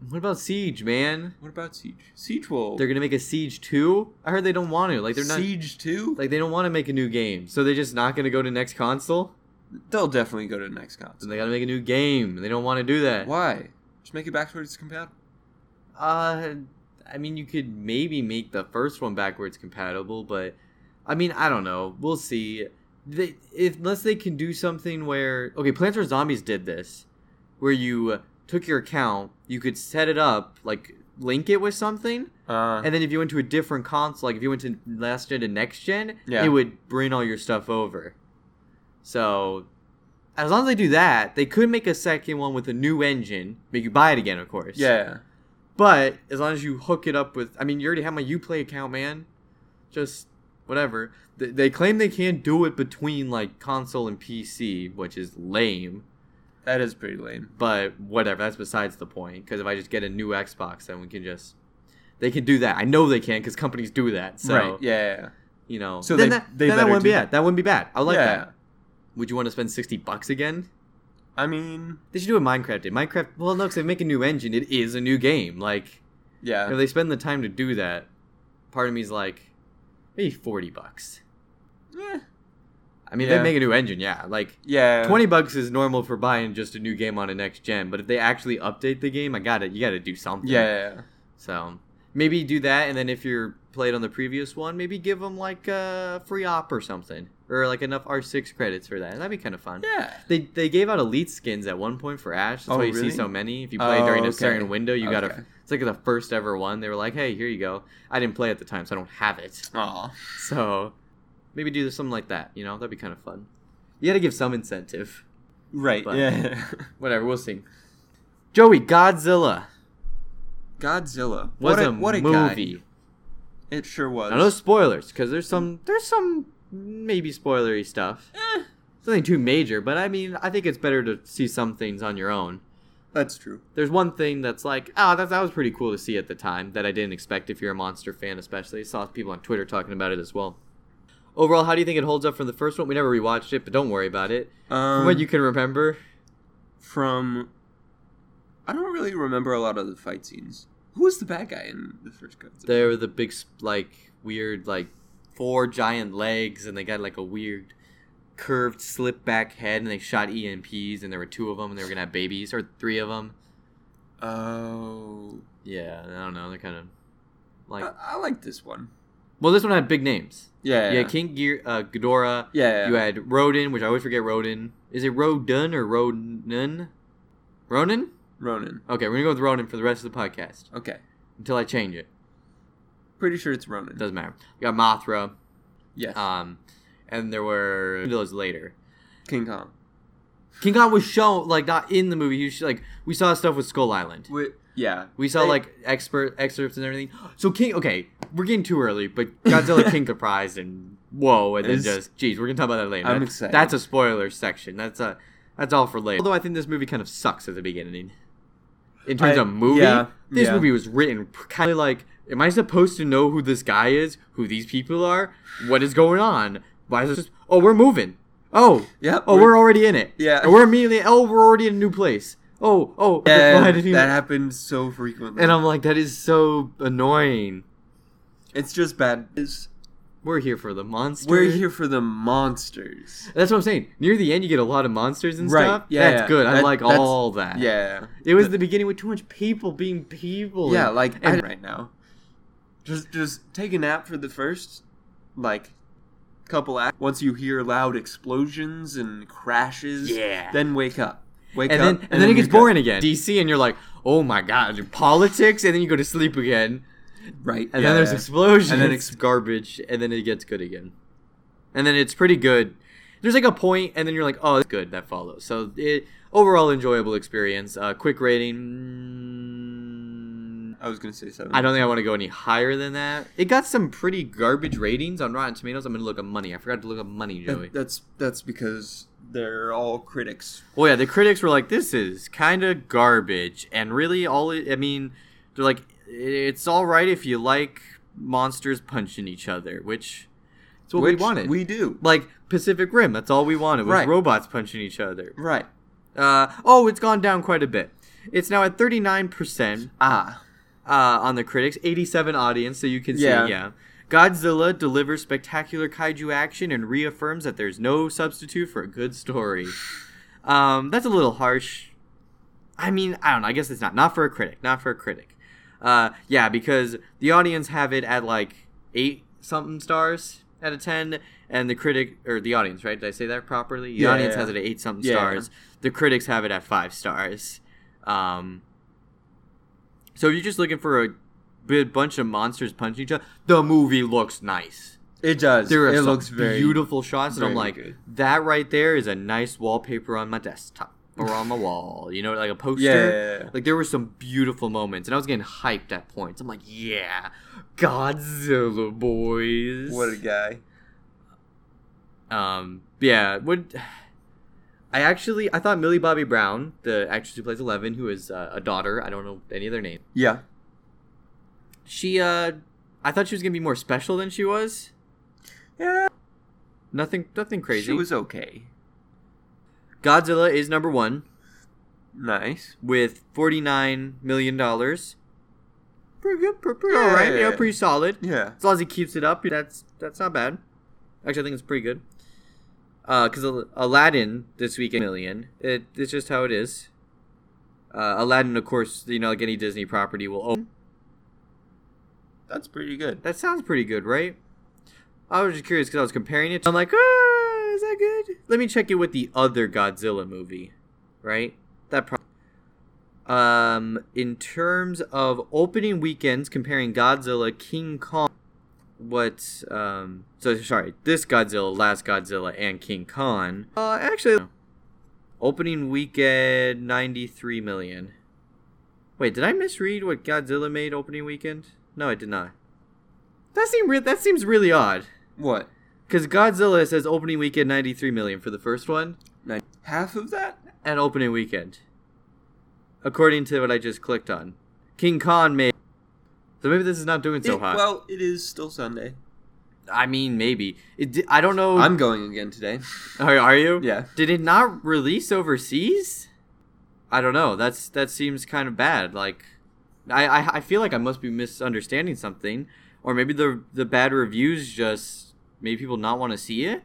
S1: what about Siege, man?
S2: What about Siege? Siege will.
S1: They're gonna make a Siege two. I heard they don't want to. Like they're not.
S2: Siege two.
S1: Like they don't want to make a new game, so they're just not gonna go to next console.
S2: They'll definitely go to the next
S1: Then
S2: console.
S1: they gotta make a new game. and They don't want to do that.
S2: Why? Just make it backwards compatible.
S1: Uh, I mean, you could maybe make the first one backwards compatible, but I mean, I don't know. We'll see. They, if, unless they can do something where okay, Plants vs Zombies did this, where you took your account, you could set it up like link it with something,
S2: Uh,
S1: and then if you went to a different console, like if you went to last gen to next gen,
S2: Yeah.
S1: it would bring all your stuff over. So. As long as they do that, they could make a second one with a new engine. Make you buy it again, of course.
S2: yeah.
S1: But as long as you hook it up with, I mean, you already have my UPlay account, man. Just whatever. They, they claim they can't do it between like console and PC, which is lame.
S2: That is pretty lame.
S1: But whatever. That's besides the point. Because if I just get a new Xbox, then we can just they can do that. I know they can because companies do that. So
S2: right. Yeah. yeah.
S1: you know.
S2: So
S1: then
S2: they-
S1: that,
S2: they
S1: then that
S2: better
S1: wouldn't be
S2: do
S1: bad. That wouldn't be bad. I like
S2: yeah.
S1: that. Would you want to spend sixty bucks again?
S2: I mean,
S1: They should do a Minecraft. Did Minecraft? Well, no, because they make a new engine. It is a new game. Like.
S2: yeah.
S1: if they spend the time to do that, part of me's like, maybe forty bucks.
S2: Eh,
S1: I mean,
S2: Yeah.
S1: they make a new engine, yeah. Like
S2: yeah.
S1: twenty bucks is normal for buying just a new game on a next gen, but if they actually update the game, I got to You got to do something.
S2: Yeah. yeah, yeah.
S1: So maybe do that, and then if you're played on the previous one, maybe give them like a free op or something, or like enough R six credits for that. That'd be kind of fun.
S2: Yeah.
S1: They, they gave out elite skins at one point for Ash. That's
S2: Oh,
S1: why you
S2: really?
S1: see so many. If you play
S2: Oh,
S1: during a
S2: okay.
S1: certain window, you got
S2: Okay.
S1: a. It's like the first ever one. They were like, "Hey, here you go." I didn't play at the time, so I don't have it. [LAUGHS]
S2: Aw.
S1: So maybe do something like that. You know, that'd be kind of fun. You got to give some incentive.
S2: Right.
S1: But-
S2: Yeah. [LAUGHS]
S1: Whatever, we'll see. Joey Godzilla
S2: Godzilla.
S1: was
S2: what a,
S1: a,
S2: what a
S1: movie.
S2: Guy. It sure was.
S1: Now no spoilers, because there's some there's some maybe spoilery stuff.
S2: Eh,
S1: Nothing too major, but I mean, I think it's better to see some things on your own.
S2: that's true.
S1: there's one thing that's like, ah, that, that was pretty cool to see at the time that I didn't expect if you're a monster fan, especially. Saw people on Twitter talking about it as well. Overall, how do you think it holds up from the first one? We never rewatched it, but don't worry about it.
S2: Um,
S1: from what you can remember,
S2: from I don't really remember a lot of the fight scenes. Who was the bad guy in the first Godzilla?
S1: there were the big, sp- like, weird, like, four giant legs, and they got, like, a weird curved slip back head, and they shot EMPs, and there were two of them, and they were gonna have babies, or three of them.
S2: oh,
S1: Yeah, I don't know. They're kind of like.
S2: I, I like this one.
S1: Well, this one had big names.
S2: Uh, Yeah,
S1: Yeah, King Gear, uh, Ghidorah.
S2: yeah,
S1: You had Rodin, which I always forget Rodin. Is it Rodun or Ronan? Ronan?
S2: Ronan.
S1: Okay, we're gonna go with Ronan for the rest of the podcast
S2: Okay,
S1: until I change it.
S2: pretty sure it's
S1: It
S2: Ronan.
S1: doesn't matter. You got Mothra,
S2: yes,
S1: um, and there were those later.
S2: King Kong.
S1: King Kong was shown like not in the movie. He was like we saw stuff with Skull Island.
S2: Wi- yeah.
S1: We saw
S2: They-
S1: like expert excerpts and everything. [GASPS] So King, okay, we're getting too early, but [LAUGHS] Godzilla King surprised and whoa, and then
S2: It's-
S1: just geez, we're gonna talk about that later.
S2: I'm
S1: That's-
S2: excited.
S1: That's a spoiler section. That's a that's all for later. Although I think this movie kind of sucks at the beginning. In terms
S2: I-
S1: of movie,
S2: yeah,
S1: this
S2: yeah.
S1: movie was written kind of like, am I supposed to know who this guy is, who these people are, what is going on? Why is this? Oh, we're moving. Oh,
S2: Yep.
S1: Oh, we're already in it.
S2: Yeah.
S1: And we're immediately. Oh, we're already in a new place. Oh, oh.
S2: Yeah,
S1: why did he-
S2: that happens so frequently.
S1: and I'm like, that is so annoying.
S2: it's just bad. It's-
S1: We're here for the monsters.
S2: we're here for the monsters.
S1: That's what I'm saying. Near the end, you get a lot of monsters and
S2: Right,
S1: stuff.
S2: yeah,
S1: That's good. I
S2: that-
S1: like
S2: that's-
S1: all that.
S2: Yeah.
S1: It was the beginning with too much people being people.
S2: Yeah,
S1: and-
S2: like
S1: and-
S2: I- right now. Just just take a nap for the first like couple acts. Once you hear loud explosions and crashes,
S1: Yeah.
S2: then wake up. Wake
S1: and
S2: up.
S1: then, and, then, it gets
S2: wake up.
S1: boring again. DC, and you're like, oh my god, politics, and then you go to sleep again,
S2: Right.
S1: and
S2: yeah,
S1: then there's
S2: yeah.
S1: explosions,
S2: And
S1: and
S2: then
S1: then it's garbage, and then it gets good again, and then it's pretty good. There's like a point, and then you're like, oh, it's good that follows. So it overall enjoyable experience. Uh, quick rating. mm,
S2: I was gonna say seven.
S1: I don't think I want to go any higher than that. It got some pretty garbage ratings on Rotten Tomatoes. I'm gonna look up money. I forgot to look up money,
S2: That-
S1: Joey.
S2: that's that's because they're all critics.
S1: Oh yeah, the critics were like, "This is kind of garbage," and really, all it, I mean, they're like, "It's all right if you like monsters punching each other," which is what
S2: which
S1: we wanted.
S2: We do.
S1: like Pacific Rim. That's all we wanted was
S2: Right.
S1: robots punching each other.
S2: Right.
S1: Uh, oh, it's gone down quite a bit. It's now at thirty nine percent
S2: Ah.
S1: uh, on the critics, 87 audience, so you can
S2: Yeah.
S1: see, yeah. Godzilla delivers spectacular kaiju action and reaffirms that there's no substitute for a good
S2: [SIGHS]
S1: story. Um, that's a little harsh. I mean, I don't know. I guess it's not. Not for a critic. Not for a critic. Uh, yeah, because the audience have it at like eight something stars out of ten, and the critic or the audience, right? Did I say that properly? The
S2: Yeah,
S1: audience
S2: yeah.
S1: has it at eight something
S2: Yeah.
S1: stars. The critics have it at five stars. Um, so if you're just looking for a big bunch of monsters punching each other, the movie looks nice.
S2: It does.
S1: There are
S2: it
S1: some
S2: looks very
S1: beautiful shots, and I'm
S2: very
S1: like,
S2: good.
S1: that right there is a nice wallpaper on my desktop or on the wall. You know, like a poster.
S2: Yeah, yeah, yeah.
S1: Like there were some beautiful moments, and I was getting hyped at points. I'm like, yeah, Godzilla boys.
S2: What a guy.
S1: Um, yeah, would I actually? I thought Millie Bobby Brown, the actress who plays Eleven, who is uh, a daughter. I don't know any other name.
S2: Yeah.
S1: She, uh, I thought she was gonna be more special than she was.
S2: Yeah.
S1: Nothing, nothing crazy.
S2: She was okay.
S1: Godzilla is number one
S2: Nice.
S1: with forty nine million dollars. Pretty good, pretty, pretty
S2: Yeah.
S1: all right, yeah, pretty solid.
S2: Yeah.
S1: As long as he keeps it up, that's that's not bad. Actually, I think it's pretty good. Because Aladdin this week a million. It, it's just how it is. Uh, Aladdin, of course, you know, like any Disney property will own.
S2: That's pretty good.
S1: That sounds pretty good, right? I was just curious because I was comparing it. I'm like, ah, is that good? Let me check it with the other Godzilla movie, right? That pro- um, in terms of opening weekends, comparing Godzilla, King Kong, what? Um, so sorry, this Godzilla, last Godzilla, and King Kong. Uh, actually, opening weekend, ninety-three million. Wait, did I misread what Godzilla made opening weekend? No, I did not. That seemed re- that seems really odd.
S2: What?
S1: Because Godzilla says opening weekend 93 million for the first one
S2: Nine. Half of that?
S1: and opening weekend. According to what I just clicked on. King Kong made. So maybe this is not doing so
S2: It-
S1: hot.
S2: Well, it is still Sunday.
S1: I mean, maybe. It di- I don't know.
S2: I'm going again today.
S1: Are, are you?
S2: Yeah.
S1: Did it not release overseas? I don't know. That's that seems kind of bad. Like, I, I I feel like I must be misunderstanding something, or maybe the the bad reviews just made people not want to see it.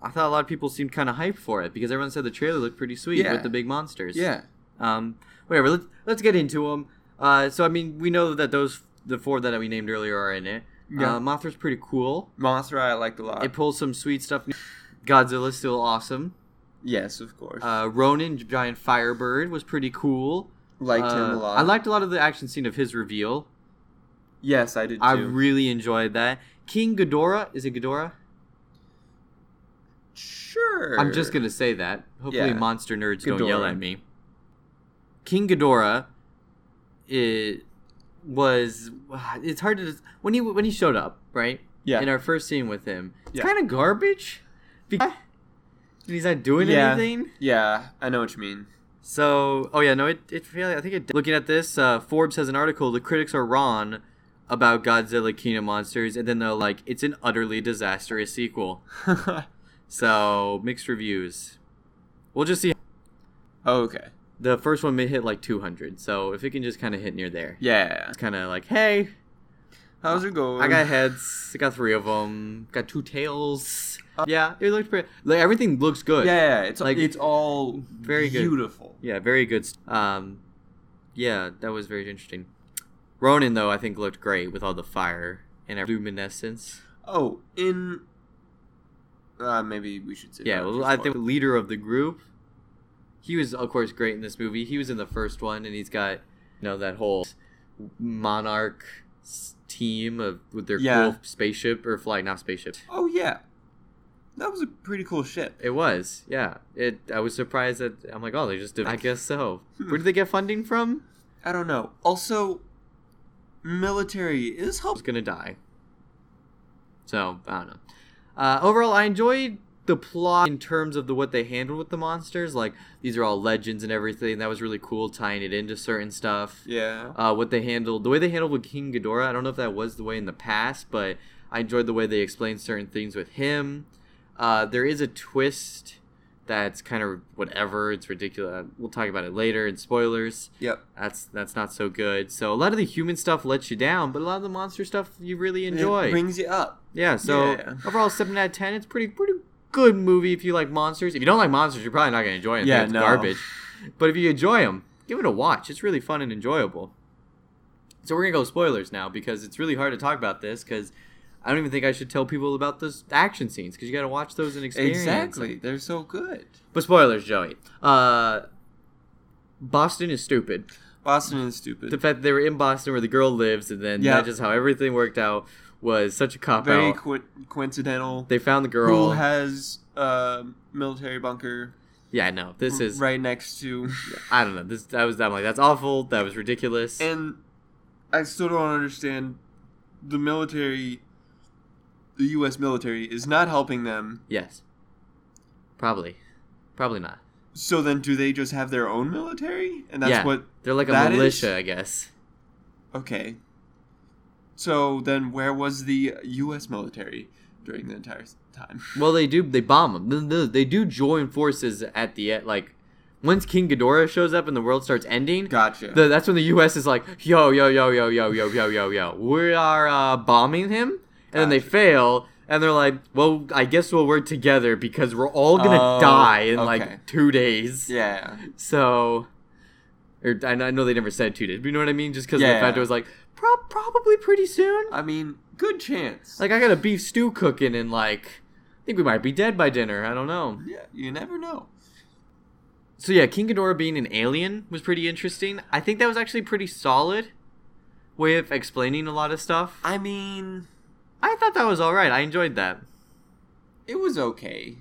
S1: I thought a lot of people seemed kind of hyped for it because everyone said the trailer looked pretty sweet
S2: Yeah.
S1: with the big monsters.
S2: Yeah.
S1: Um. Whatever. Let's let's get into them. Uh. So I mean, we know that those the four that we named earlier are in it.
S2: Yeah.
S1: Uh, Mothra's pretty cool.
S2: Mothra I liked a lot.
S1: It pulls some sweet stuff. Godzilla's still awesome.
S2: yes, of course.
S1: Uh, Ronin, giant firebird, was pretty cool.
S2: liked
S1: Uh,
S2: him a lot.
S1: I liked a lot of the action scene of his reveal.
S2: Yes, I did too.
S1: I really enjoyed that. King Ghidorah is it Ghidorah?
S2: sure. Sure.
S1: I'm just gonna say that. Hopefully,
S2: Yeah.
S1: monster nerds don't yell
S2: Ghidorah.
S1: at me. King Ghidorah, it was. It's hard to when he when he showed up, right?
S2: Yeah.
S1: In our first scene with him, it's
S2: Yeah.
S1: kind of garbage. Because he's not doing
S2: Yeah.
S1: anything.
S2: Yeah, I know what you mean. [LAUGHS]
S1: So, oh yeah, no, it, it really, I think it. Looking at this, uh, Forbes has an article. The critics are wrong about Godzilla King of Monsters, and then they're like, it's an utterly disastrous sequel.
S2: oh,
S1: So mixed reviews. We'll just see.
S2: okay.
S1: The first one may hit like 200, so if it can just kind of hit near there,
S2: Yeah.
S1: it's kind of like, hey,
S2: How's it going?
S1: I got heads, I got three of them, got two tails.
S2: Uh,
S1: yeah, it looked pretty. Like everything looks good.
S2: Yeah, it's
S1: Like-
S2: it's all
S1: Very good.
S2: beautiful.
S1: Yeah, very good. st- Um, yeah, that was very interesting. Ronin though, I think looked great with all the fire and every luminescence.
S2: Oh, in uh, maybe we should say.
S1: Yeah,
S2: that
S1: well,
S2: at
S1: I
S2: this
S1: think
S2: point.
S1: the leader of the group. He was, of course, great in this movie. He was in the first one, and he's got, you know, that whole monarch s- team of with their
S2: Yeah.
S1: cool spaceship or flying not spaceship.
S2: Oh yeah, that was a pretty cool ship.
S1: It was, yeah. It. I was surprised that I'm like, oh, they just did. I guess so. Where did they get funding from?
S2: I don't know. Also, military is
S1: I was
S2: helpful.
S1: gonna die. So I don't know. Uh, overall, I enjoyed the plot in terms of the what they handled with the monsters. Like these are all legends and everything. That was really cool, tying it into certain stuff.
S2: Yeah.
S1: Uh, what they handled, the way they handled with King Ghidorah. I don't know if that was the way in the past, but I enjoyed the way they explained certain things with him. Uh, there is a twist that's kind of whatever. It's ridiculous. We'll talk about it later in spoilers
S2: Yep.
S1: that's that's not so good. So a lot of the human stuff lets you down, but a lot of the monster stuff you really
S2: It
S1: enjoy.
S2: brings you up.
S1: yeah. So
S2: Yeah.
S1: overall, seven out of ten. It's pretty pretty good movie if you like monsters. If you don't like monsters, you're probably not gonna enjoy it. I think
S2: Yeah,
S1: it's
S2: no.
S1: garbage. But if you enjoy them, give it a watch. It's really fun and enjoyable. So we're gonna go spoilers now because it's really hard to talk about this because I don't even think I should tell people about those action scenes because you gotta watch those and experience.
S2: Exactly. They're so good.
S1: But spoilers, Joey. Uh, Boston is stupid.
S2: Boston is stupid.
S1: the fact that they were in Boston where the girl lives, and then
S2: Yeah.
S1: that just how everything worked out was such a cop
S2: Very
S1: out.
S2: co- coincidental.
S1: Oh. They found the
S2: Who
S1: girl.
S2: has a military bunker
S1: yeah, no, this is
S2: right next
S1: [LAUGHS]
S2: to?
S1: I don't know. This that was I'm like that's awful. That was ridiculous.
S2: And I still don't understand the military. The U.S. military is not helping them.
S1: yes, probably, probably not.
S2: So then, do they just have their own military? And that's
S1: Yeah.
S2: what.
S1: They're like a
S2: That is-
S1: militia, I guess.
S2: Okay. So then, where was the U.S. military during the entire s- time? [LAUGHS]
S1: Well, they do. They bomb them. No, no, They do join forces at the end. Like once King Ghidorah shows up and the world starts ending.
S2: Gotcha.
S1: The, that's when the U.S. is like, yo, yo, yo, yo, yo, yo, yo, yo, yo. We are uh, bombing him, and then they
S2: Gotcha.
S1: fail, and they're like, well, I guess we'll work together because we're all gonna
S2: Oh,
S1: die in
S2: okay.
S1: like two days.
S2: yeah.
S1: So, or I I know they never said two days, but you know what I mean? Just because the
S2: Yeah.
S1: fact it was like, Pro- probably pretty soon.
S2: I mean, good chance.
S1: Like I got a beef stew cooking, and like, I think we might be dead by dinner. I don't know.
S2: yeah, you never know.
S1: So yeah, King Ghidorah being an alien was pretty interesting. I think that was actually pretty solid way of explaining a lot of stuff. I,
S2: I mean,
S1: I thought that was all right. I enjoyed that.
S2: it was okay.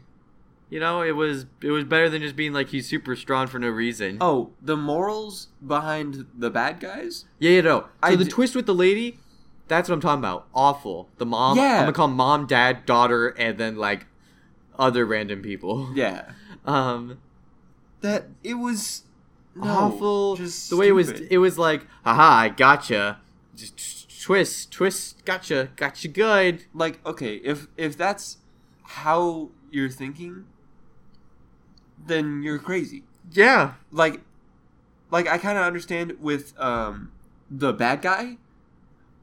S1: You know, it was it was better than just being like he's super strong for no reason.
S2: Oh, the morals behind the bad guys?
S1: Yeah, yeah, no. So
S2: I
S1: the
S2: d-
S1: twist with the lady, that's what I'm talking about. Awful. The mom.
S2: Yeah.
S1: I'm gonna call mom, dad, daughter, and then like other random people.
S2: Yeah.
S1: [LAUGHS] Um.
S2: That it was no,
S1: awful.
S2: Just
S1: the way it was,
S2: stupid.
S1: it was like, haha, I gotcha. Just t- twist, twist, gotcha, gotcha good.
S2: like okay, if if that's how you're thinking, then you're crazy.
S1: Yeah.
S2: Like like I kind of understand with um the bad guy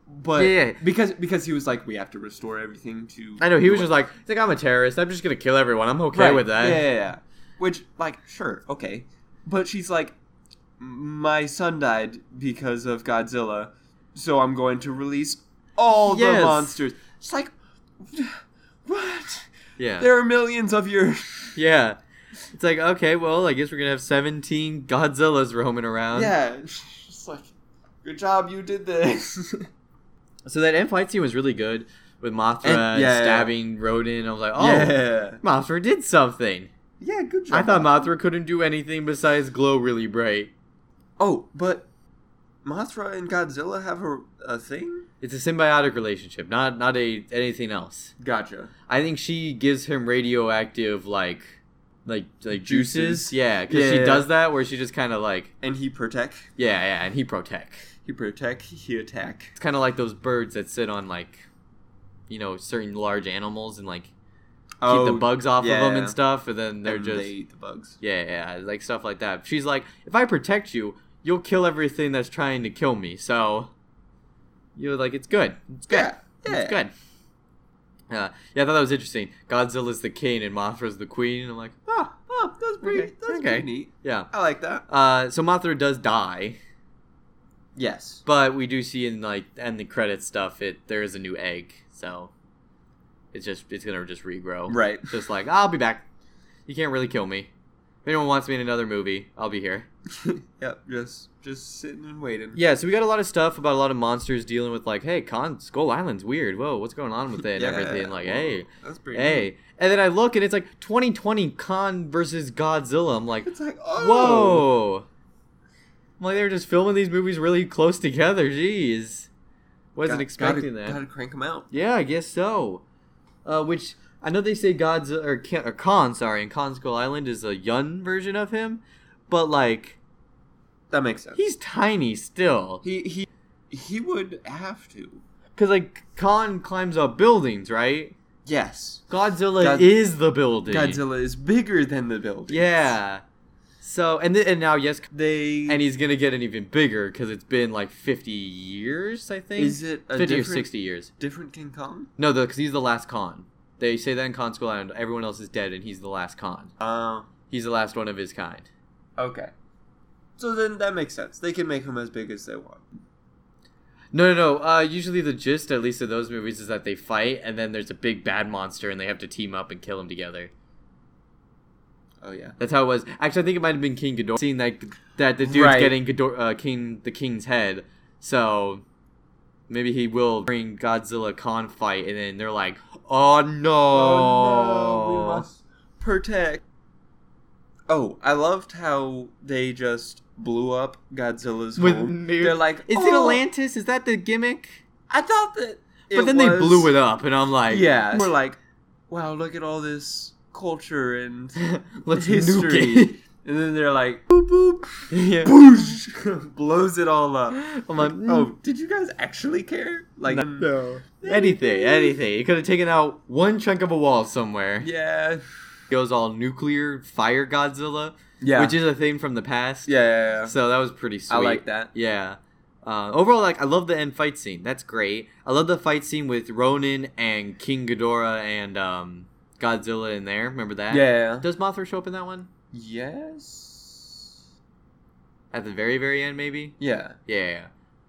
S2: but
S1: Yeah.
S2: because because he was like we have to restore everything to
S1: I know he
S2: the
S1: was
S2: way-
S1: just like, he's like I'm a terrorist. I'm just gonna kill everyone. I'm okay
S2: Right.
S1: with that.
S2: Yeah, yeah, yeah. Which, like, sure, okay. But she's like, my son died because of Godzilla, so I'm going to release all
S1: Yes.
S2: the monsters. It's like, what?
S1: Yeah.
S2: There are millions of your.
S1: Yeah. It's like okay, well, I guess we're gonna have 17 Godzillas roaming around.
S2: [LAUGHS] yeah. It's like, good job, you did this. [LAUGHS]
S1: So that end fight scene was really good. with Mothra
S2: And- yeah, yeah.
S1: stabbing Rodin. I was like, oh,
S2: Yeah.
S1: Mothra did something.
S2: Yeah, good job.
S1: I thought Mothra couldn't do anything besides glow really bright.
S2: Oh, but Mothra and Godzilla have a, a thing?
S1: It's a symbiotic relationship, not not a anything else.
S2: Gotcha.
S1: I think she gives him radioactive like like like juices.
S2: Juices?
S1: Yeah, because she
S2: Yeah.
S1: does that where she just kind of like
S2: And he protect.
S1: yeah yeah, and he protect.
S2: He protect, he attack.
S1: It's kind of like those birds that sit on like you know certain large animals and like keep the bugs off of them
S2: yeah.
S1: and stuff, and then they're
S2: Oh, and
S1: just
S2: They eat the bugs.
S1: yeah yeah like stuff like that. She's like, if I protect you, you'll kill everything that's trying to kill me. So you're like, it's good. It's good.
S2: Yeah. Yeah.
S1: It's good. Uh, yeah, I thought that was interesting. Godzilla's the king and Mothra's the queen. And I'm like,
S2: Oh, oh, that's pretty,
S1: Okay,
S2: that's
S1: okay.
S2: pretty neat.
S1: yeah.
S2: I like that.
S1: Uh, so Mothra does die,
S2: Yes.
S1: but we do see in like and the credit stuff, it there is a new egg. So it's just it's gonna just regrow.
S2: Right. [LAUGHS]
S1: Just like I'll be back. You can't really kill me. If anyone wants me in another movie, I'll be here.
S2: yep, just just sitting and waiting.
S1: Yeah, so we got a lot of stuff about a lot of monsters dealing with like, hey, Con Skull Island's weird. Whoa, what's going on with it and everything? Like,
S2: well,
S1: hey,
S2: That's pretty
S1: hey. And then I look and it's like 2020 Khan versus Godzilla. I'm like,
S2: neat. It's like, oh.
S1: whoa. I'm like, they were just filming these movies really close together. Jeez. Wasn't
S2: Got-
S1: expecting
S2: gotta,
S1: that.
S2: Gotta crank them out.
S1: Yeah, I guess so. Uh, which I know they say God's or, Ka- or Khan, sorry, and Khan Skull Island is a Yun version of him, but like
S2: That makes sense.
S1: he's tiny still.
S2: He he he would have to.
S1: Cause like Khan climbs up buildings, right?
S2: Yes.
S1: Godzilla
S2: God-
S1: is the building.
S2: Godzilla is bigger than the building.
S1: Yeah. So and th- and now yes,
S2: They
S1: and he's gonna get an even bigger because it's been like fifty years, I think.
S2: is it a
S1: fifty
S2: different,
S1: or sixty years?
S2: different King Kong?
S1: No, because he's the last Khan. They say that in Khan School Island, everyone else is dead, and he's the last Khan.
S2: Oh,
S1: He's the last one of his kind.
S2: okay. So then that makes sense. They can make him as big as they want.
S1: No, no, no. Uh, usually the gist, at least of those movies, is that they fight, and then there's a big bad monster, and they have to team up and kill him together.
S2: Oh yeah.
S1: That's how it was. Actually, I think it might have been King Ghidorah. Seeing that that the dude's
S2: Right.
S1: getting Ghidorah, uh, King the King's head, so maybe he will bring Godzilla Khan fight, and then they're like, "Oh no!"
S2: Oh,
S1: Oh.
S2: we must protect. Oh, I loved how they just blew up Godzilla's
S1: With
S2: home.
S1: mir-
S2: They're like,
S1: Is it
S2: "Oh,
S1: Atlantis? Is that the gimmick?
S2: I thought that.
S1: but then they blew it up, and I'm like,
S2: yeah, we're like, wow, look at all this culture and
S1: [LAUGHS] let's
S2: [LAUGHS]
S1: nuke it.
S2: history. and then they're like, boop boop,
S1: [LAUGHS] yeah.
S2: boosh, [LAUGHS] blows it all up.
S1: I'm like,
S2: Oh, did you guys actually care? Like, mm,
S1: no. Anything, anything. It could have taken out one chunk of a wall somewhere.
S2: yeah,
S1: Goes all nuclear fire Godzilla,
S2: yeah,
S1: which is a thing from the past.
S2: yeah, yeah, yeah.
S1: So that was pretty sweet.
S2: I like that.
S1: Yeah. Uh, overall, like I love the end fight scene. That's great. I love the fight scene with Ronin and King Ghidorah and um, Godzilla in there. Remember that?
S2: Yeah.
S1: Does Mothra show up in that one?
S2: Yes.
S1: At the very, very end, maybe.
S2: Yeah.
S1: Yeah, yeah.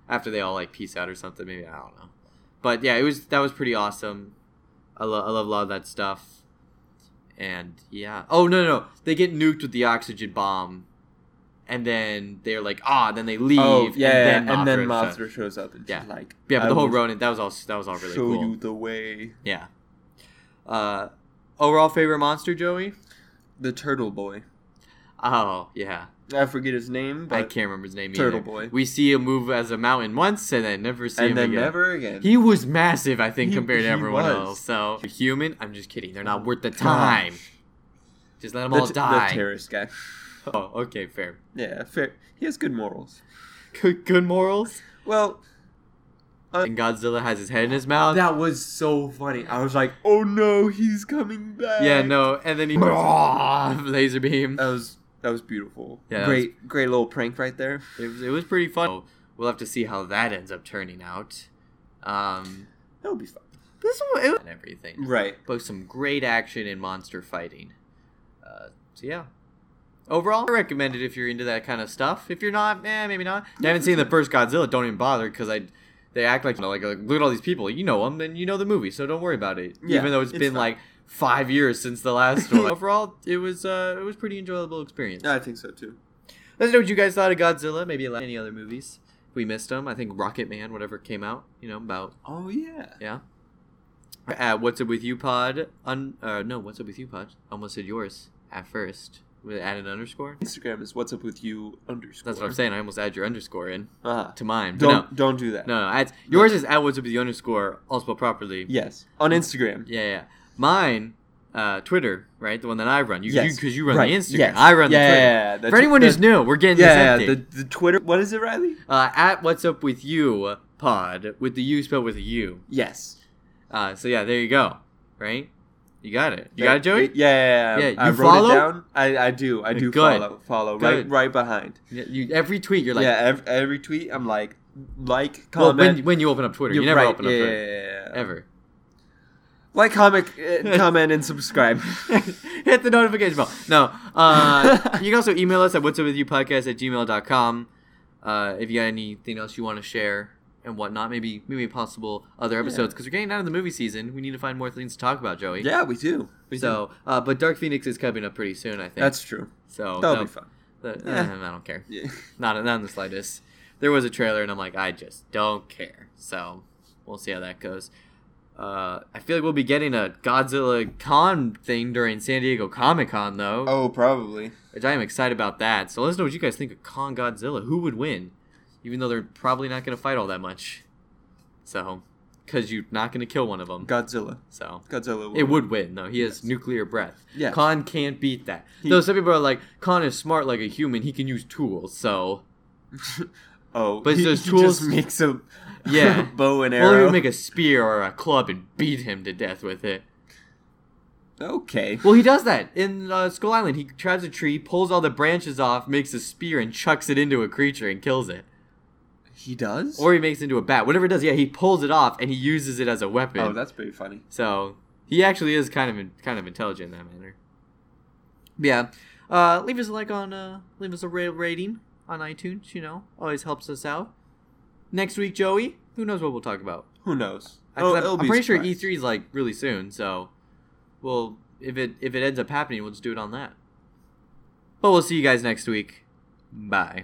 S1: After they all like peace out or something, maybe I don't know. But yeah, it was that was pretty awesome. I love I love a lot of that stuff. And yeah. Oh no, no, no. They get nuked with the oxygen bomb. And then they're like, ah, then they leave.
S2: Oh, yeah.
S1: and
S2: And
S1: then Mothra,
S2: then
S1: shows-
S2: Mothra shows up and she's
S1: Yeah.
S2: like,
S1: Yeah, but
S2: I
S1: the whole
S2: will
S1: Ronin, that was all that was all really
S2: show
S1: cool.
S2: you the way.
S1: Yeah. Uh overall favorite monster, Joey?
S2: The Turtle Boy.
S1: Oh, yeah.
S2: I forget his name, but
S1: I can't remember his name
S2: Turtle
S1: either.
S2: Boy.
S1: We see him move as a mountain once and then never see him
S2: and then
S1: again.
S2: never again.
S1: He was massive, I think,
S2: He-
S1: compared to
S2: he
S1: everyone
S2: was.
S1: else. So human, I'm just kidding. They're not worth the
S2: Gosh.
S1: time. Just let them all
S2: the, t-
S1: die.
S2: the terrorist guy.
S1: oh, okay, fair.
S2: Yeah, fair. He has good morals.
S1: Good, good morals.
S2: Well,
S1: And Godzilla has his head in his mouth.
S2: that was so funny. I was like, oh no, he's coming back.
S1: yeah, no. And then he [LAUGHS] laser beam.
S2: That was that was beautiful.
S1: Yeah, that
S2: great, great little prank right there.
S1: It was, it was pretty fun. So We'll have to see how that ends up turning out. Um,
S2: That'll be fun.
S1: this one it was- and everything.
S2: Right.
S1: Both some great action and monster fighting. Uh, so yeah. Overall, I recommend it if you're into that kind of stuff. If you're not, eh, maybe not. I haven't seen the first Godzilla. Don't even bother because I, they act like you know, like, like, look at all these people. You know them, and you know the movie, so don't worry about it.
S2: Yeah,
S1: even though it's
S2: it's
S1: been
S2: fine.
S1: like five years since the last [LAUGHS] one. Overall, it was uh, it was pretty enjoyable experience.
S2: I think so too.
S1: Let us know what you guys thought of Godzilla. Maybe like any other movies. If we missed them, I think Rocket Man, whatever came out, you know, about
S2: Oh yeah.
S1: yeah. at What's Up With You Pod. On, uh, no, What's Up With You Pod. Almost said yours at first. With added underscore?
S2: Instagram is what's up with you underscore.
S1: That's what I'm saying. I almost add your underscore in
S2: Uh-huh.
S1: to mine. But
S2: Don't don't do that.
S1: no, no, no. That's, yours is at What's Up With You underscore, all spelled properly.
S2: Yes, on Instagram.
S1: Yeah, yeah. Mine, uh, Twitter, right? The one that I run. You,
S2: Yes.
S1: because you, run
S2: Right.
S1: the Instagram.
S2: Yes.
S1: I run
S2: Yeah,
S1: the Twitter.
S2: yeah, yeah. The
S1: For
S2: tw-
S1: anyone
S2: the-
S1: who's new, we're getting
S2: Yeah,
S1: this
S2: the,
S1: update.
S2: the Twitter. What is it, Riley?
S1: uh, at What's Up With You Pod with the U spelled with a U.
S2: Yes.
S1: Uh, so yeah, there you go. Right? You got it. You
S2: There-
S1: got it, Joey?
S2: there- Yeah, yeah, yeah.
S1: Yeah,
S2: I
S1: you
S2: wrote
S1: follow?
S2: it down. I, I do. I do
S1: Good.
S2: follow. Follow
S1: Good.
S2: right right behind.
S1: Yeah, you, every tweet you're like,
S2: yeah, every, every tweet I'm like like
S1: well,
S2: comment.
S1: when, when you open up Twitter, you
S2: You're
S1: never
S2: right,
S1: open up
S2: yeah,
S1: Twitter.
S2: yeah, yeah, yeah. [LAUGHS]
S1: Ever.
S2: Like comment
S1: [LAUGHS]
S2: uh, comment and subscribe.
S1: Hit the notification bell. No. Uh,
S2: [LAUGHS]
S1: you can also email us at what's up with you podcast at gmail.com. Uh, if you got anything else you want to share and whatnot, maybe maybe possible other episodes because we're getting out of the movie season. We need to find more things to talk about, Joey.
S2: yeah, we do. We do.
S1: So, uh, but Dark Phoenix is coming up pretty soon, I think.
S2: that's true.
S1: so
S2: That'll
S1: no,
S2: be fun.
S1: that-
S2: Yeah.
S1: eh, I don't care.
S2: Yeah.
S1: Not not in the slightest. There was a trailer, and I'm like, I just don't care. So we'll see how that goes. Uh, I feel like we'll be getting a Godzilla con thing during San Diego Comic Con though,
S2: [LAUGHS] Oh, probably.
S1: which I am excited about that. So let us know what you guys think of Con Godzilla. Who would win? Even though they're probably not going to fight all that much. So, because you're not going to kill one of them.
S2: Godzilla.
S1: So
S2: Godzilla.
S1: it would win though. He has
S2: Yes.
S1: nuclear breath.
S2: Yes.
S1: Khan can't beat that.
S2: He-
S1: Though some people are like, Khan is smart like a human. He can use tools. So
S2: Oh,
S1: But
S2: he,
S1: those
S2: he
S1: tools-
S2: just makes a
S1: [LAUGHS] Yeah.
S2: [LAUGHS] bow and
S1: Well, he
S2: arrow.
S1: would make a spear or a club and beat him to death with it.
S2: okay.
S1: Well, he does that in uh, Skull Island. He grabs a tree, pulls all the branches off, makes a spear, and chucks it into a creature and kills it.
S2: He does.
S1: Or he makes it into a bat. Whatever it does, yeah, he pulls it off and he uses it as a weapon.
S2: oh, that's pretty funny.
S1: So he actually is kind of in, kind of intelligent in that manner. Yeah, uh, leave us a like on uh, leave us a ra- rating on iTunes. You know, always helps us out. Next week, Joey. Who knows what we'll talk about?
S2: Who knows?
S1: I-
S2: Oh,
S1: I'm,
S2: it'll
S1: I'm
S2: be a
S1: pretty sure E
S2: surprise.
S1: E3 is like really soon, so we'll if it if it ends up happening, we'll just do it on that. But we'll see you guys next week. Bye.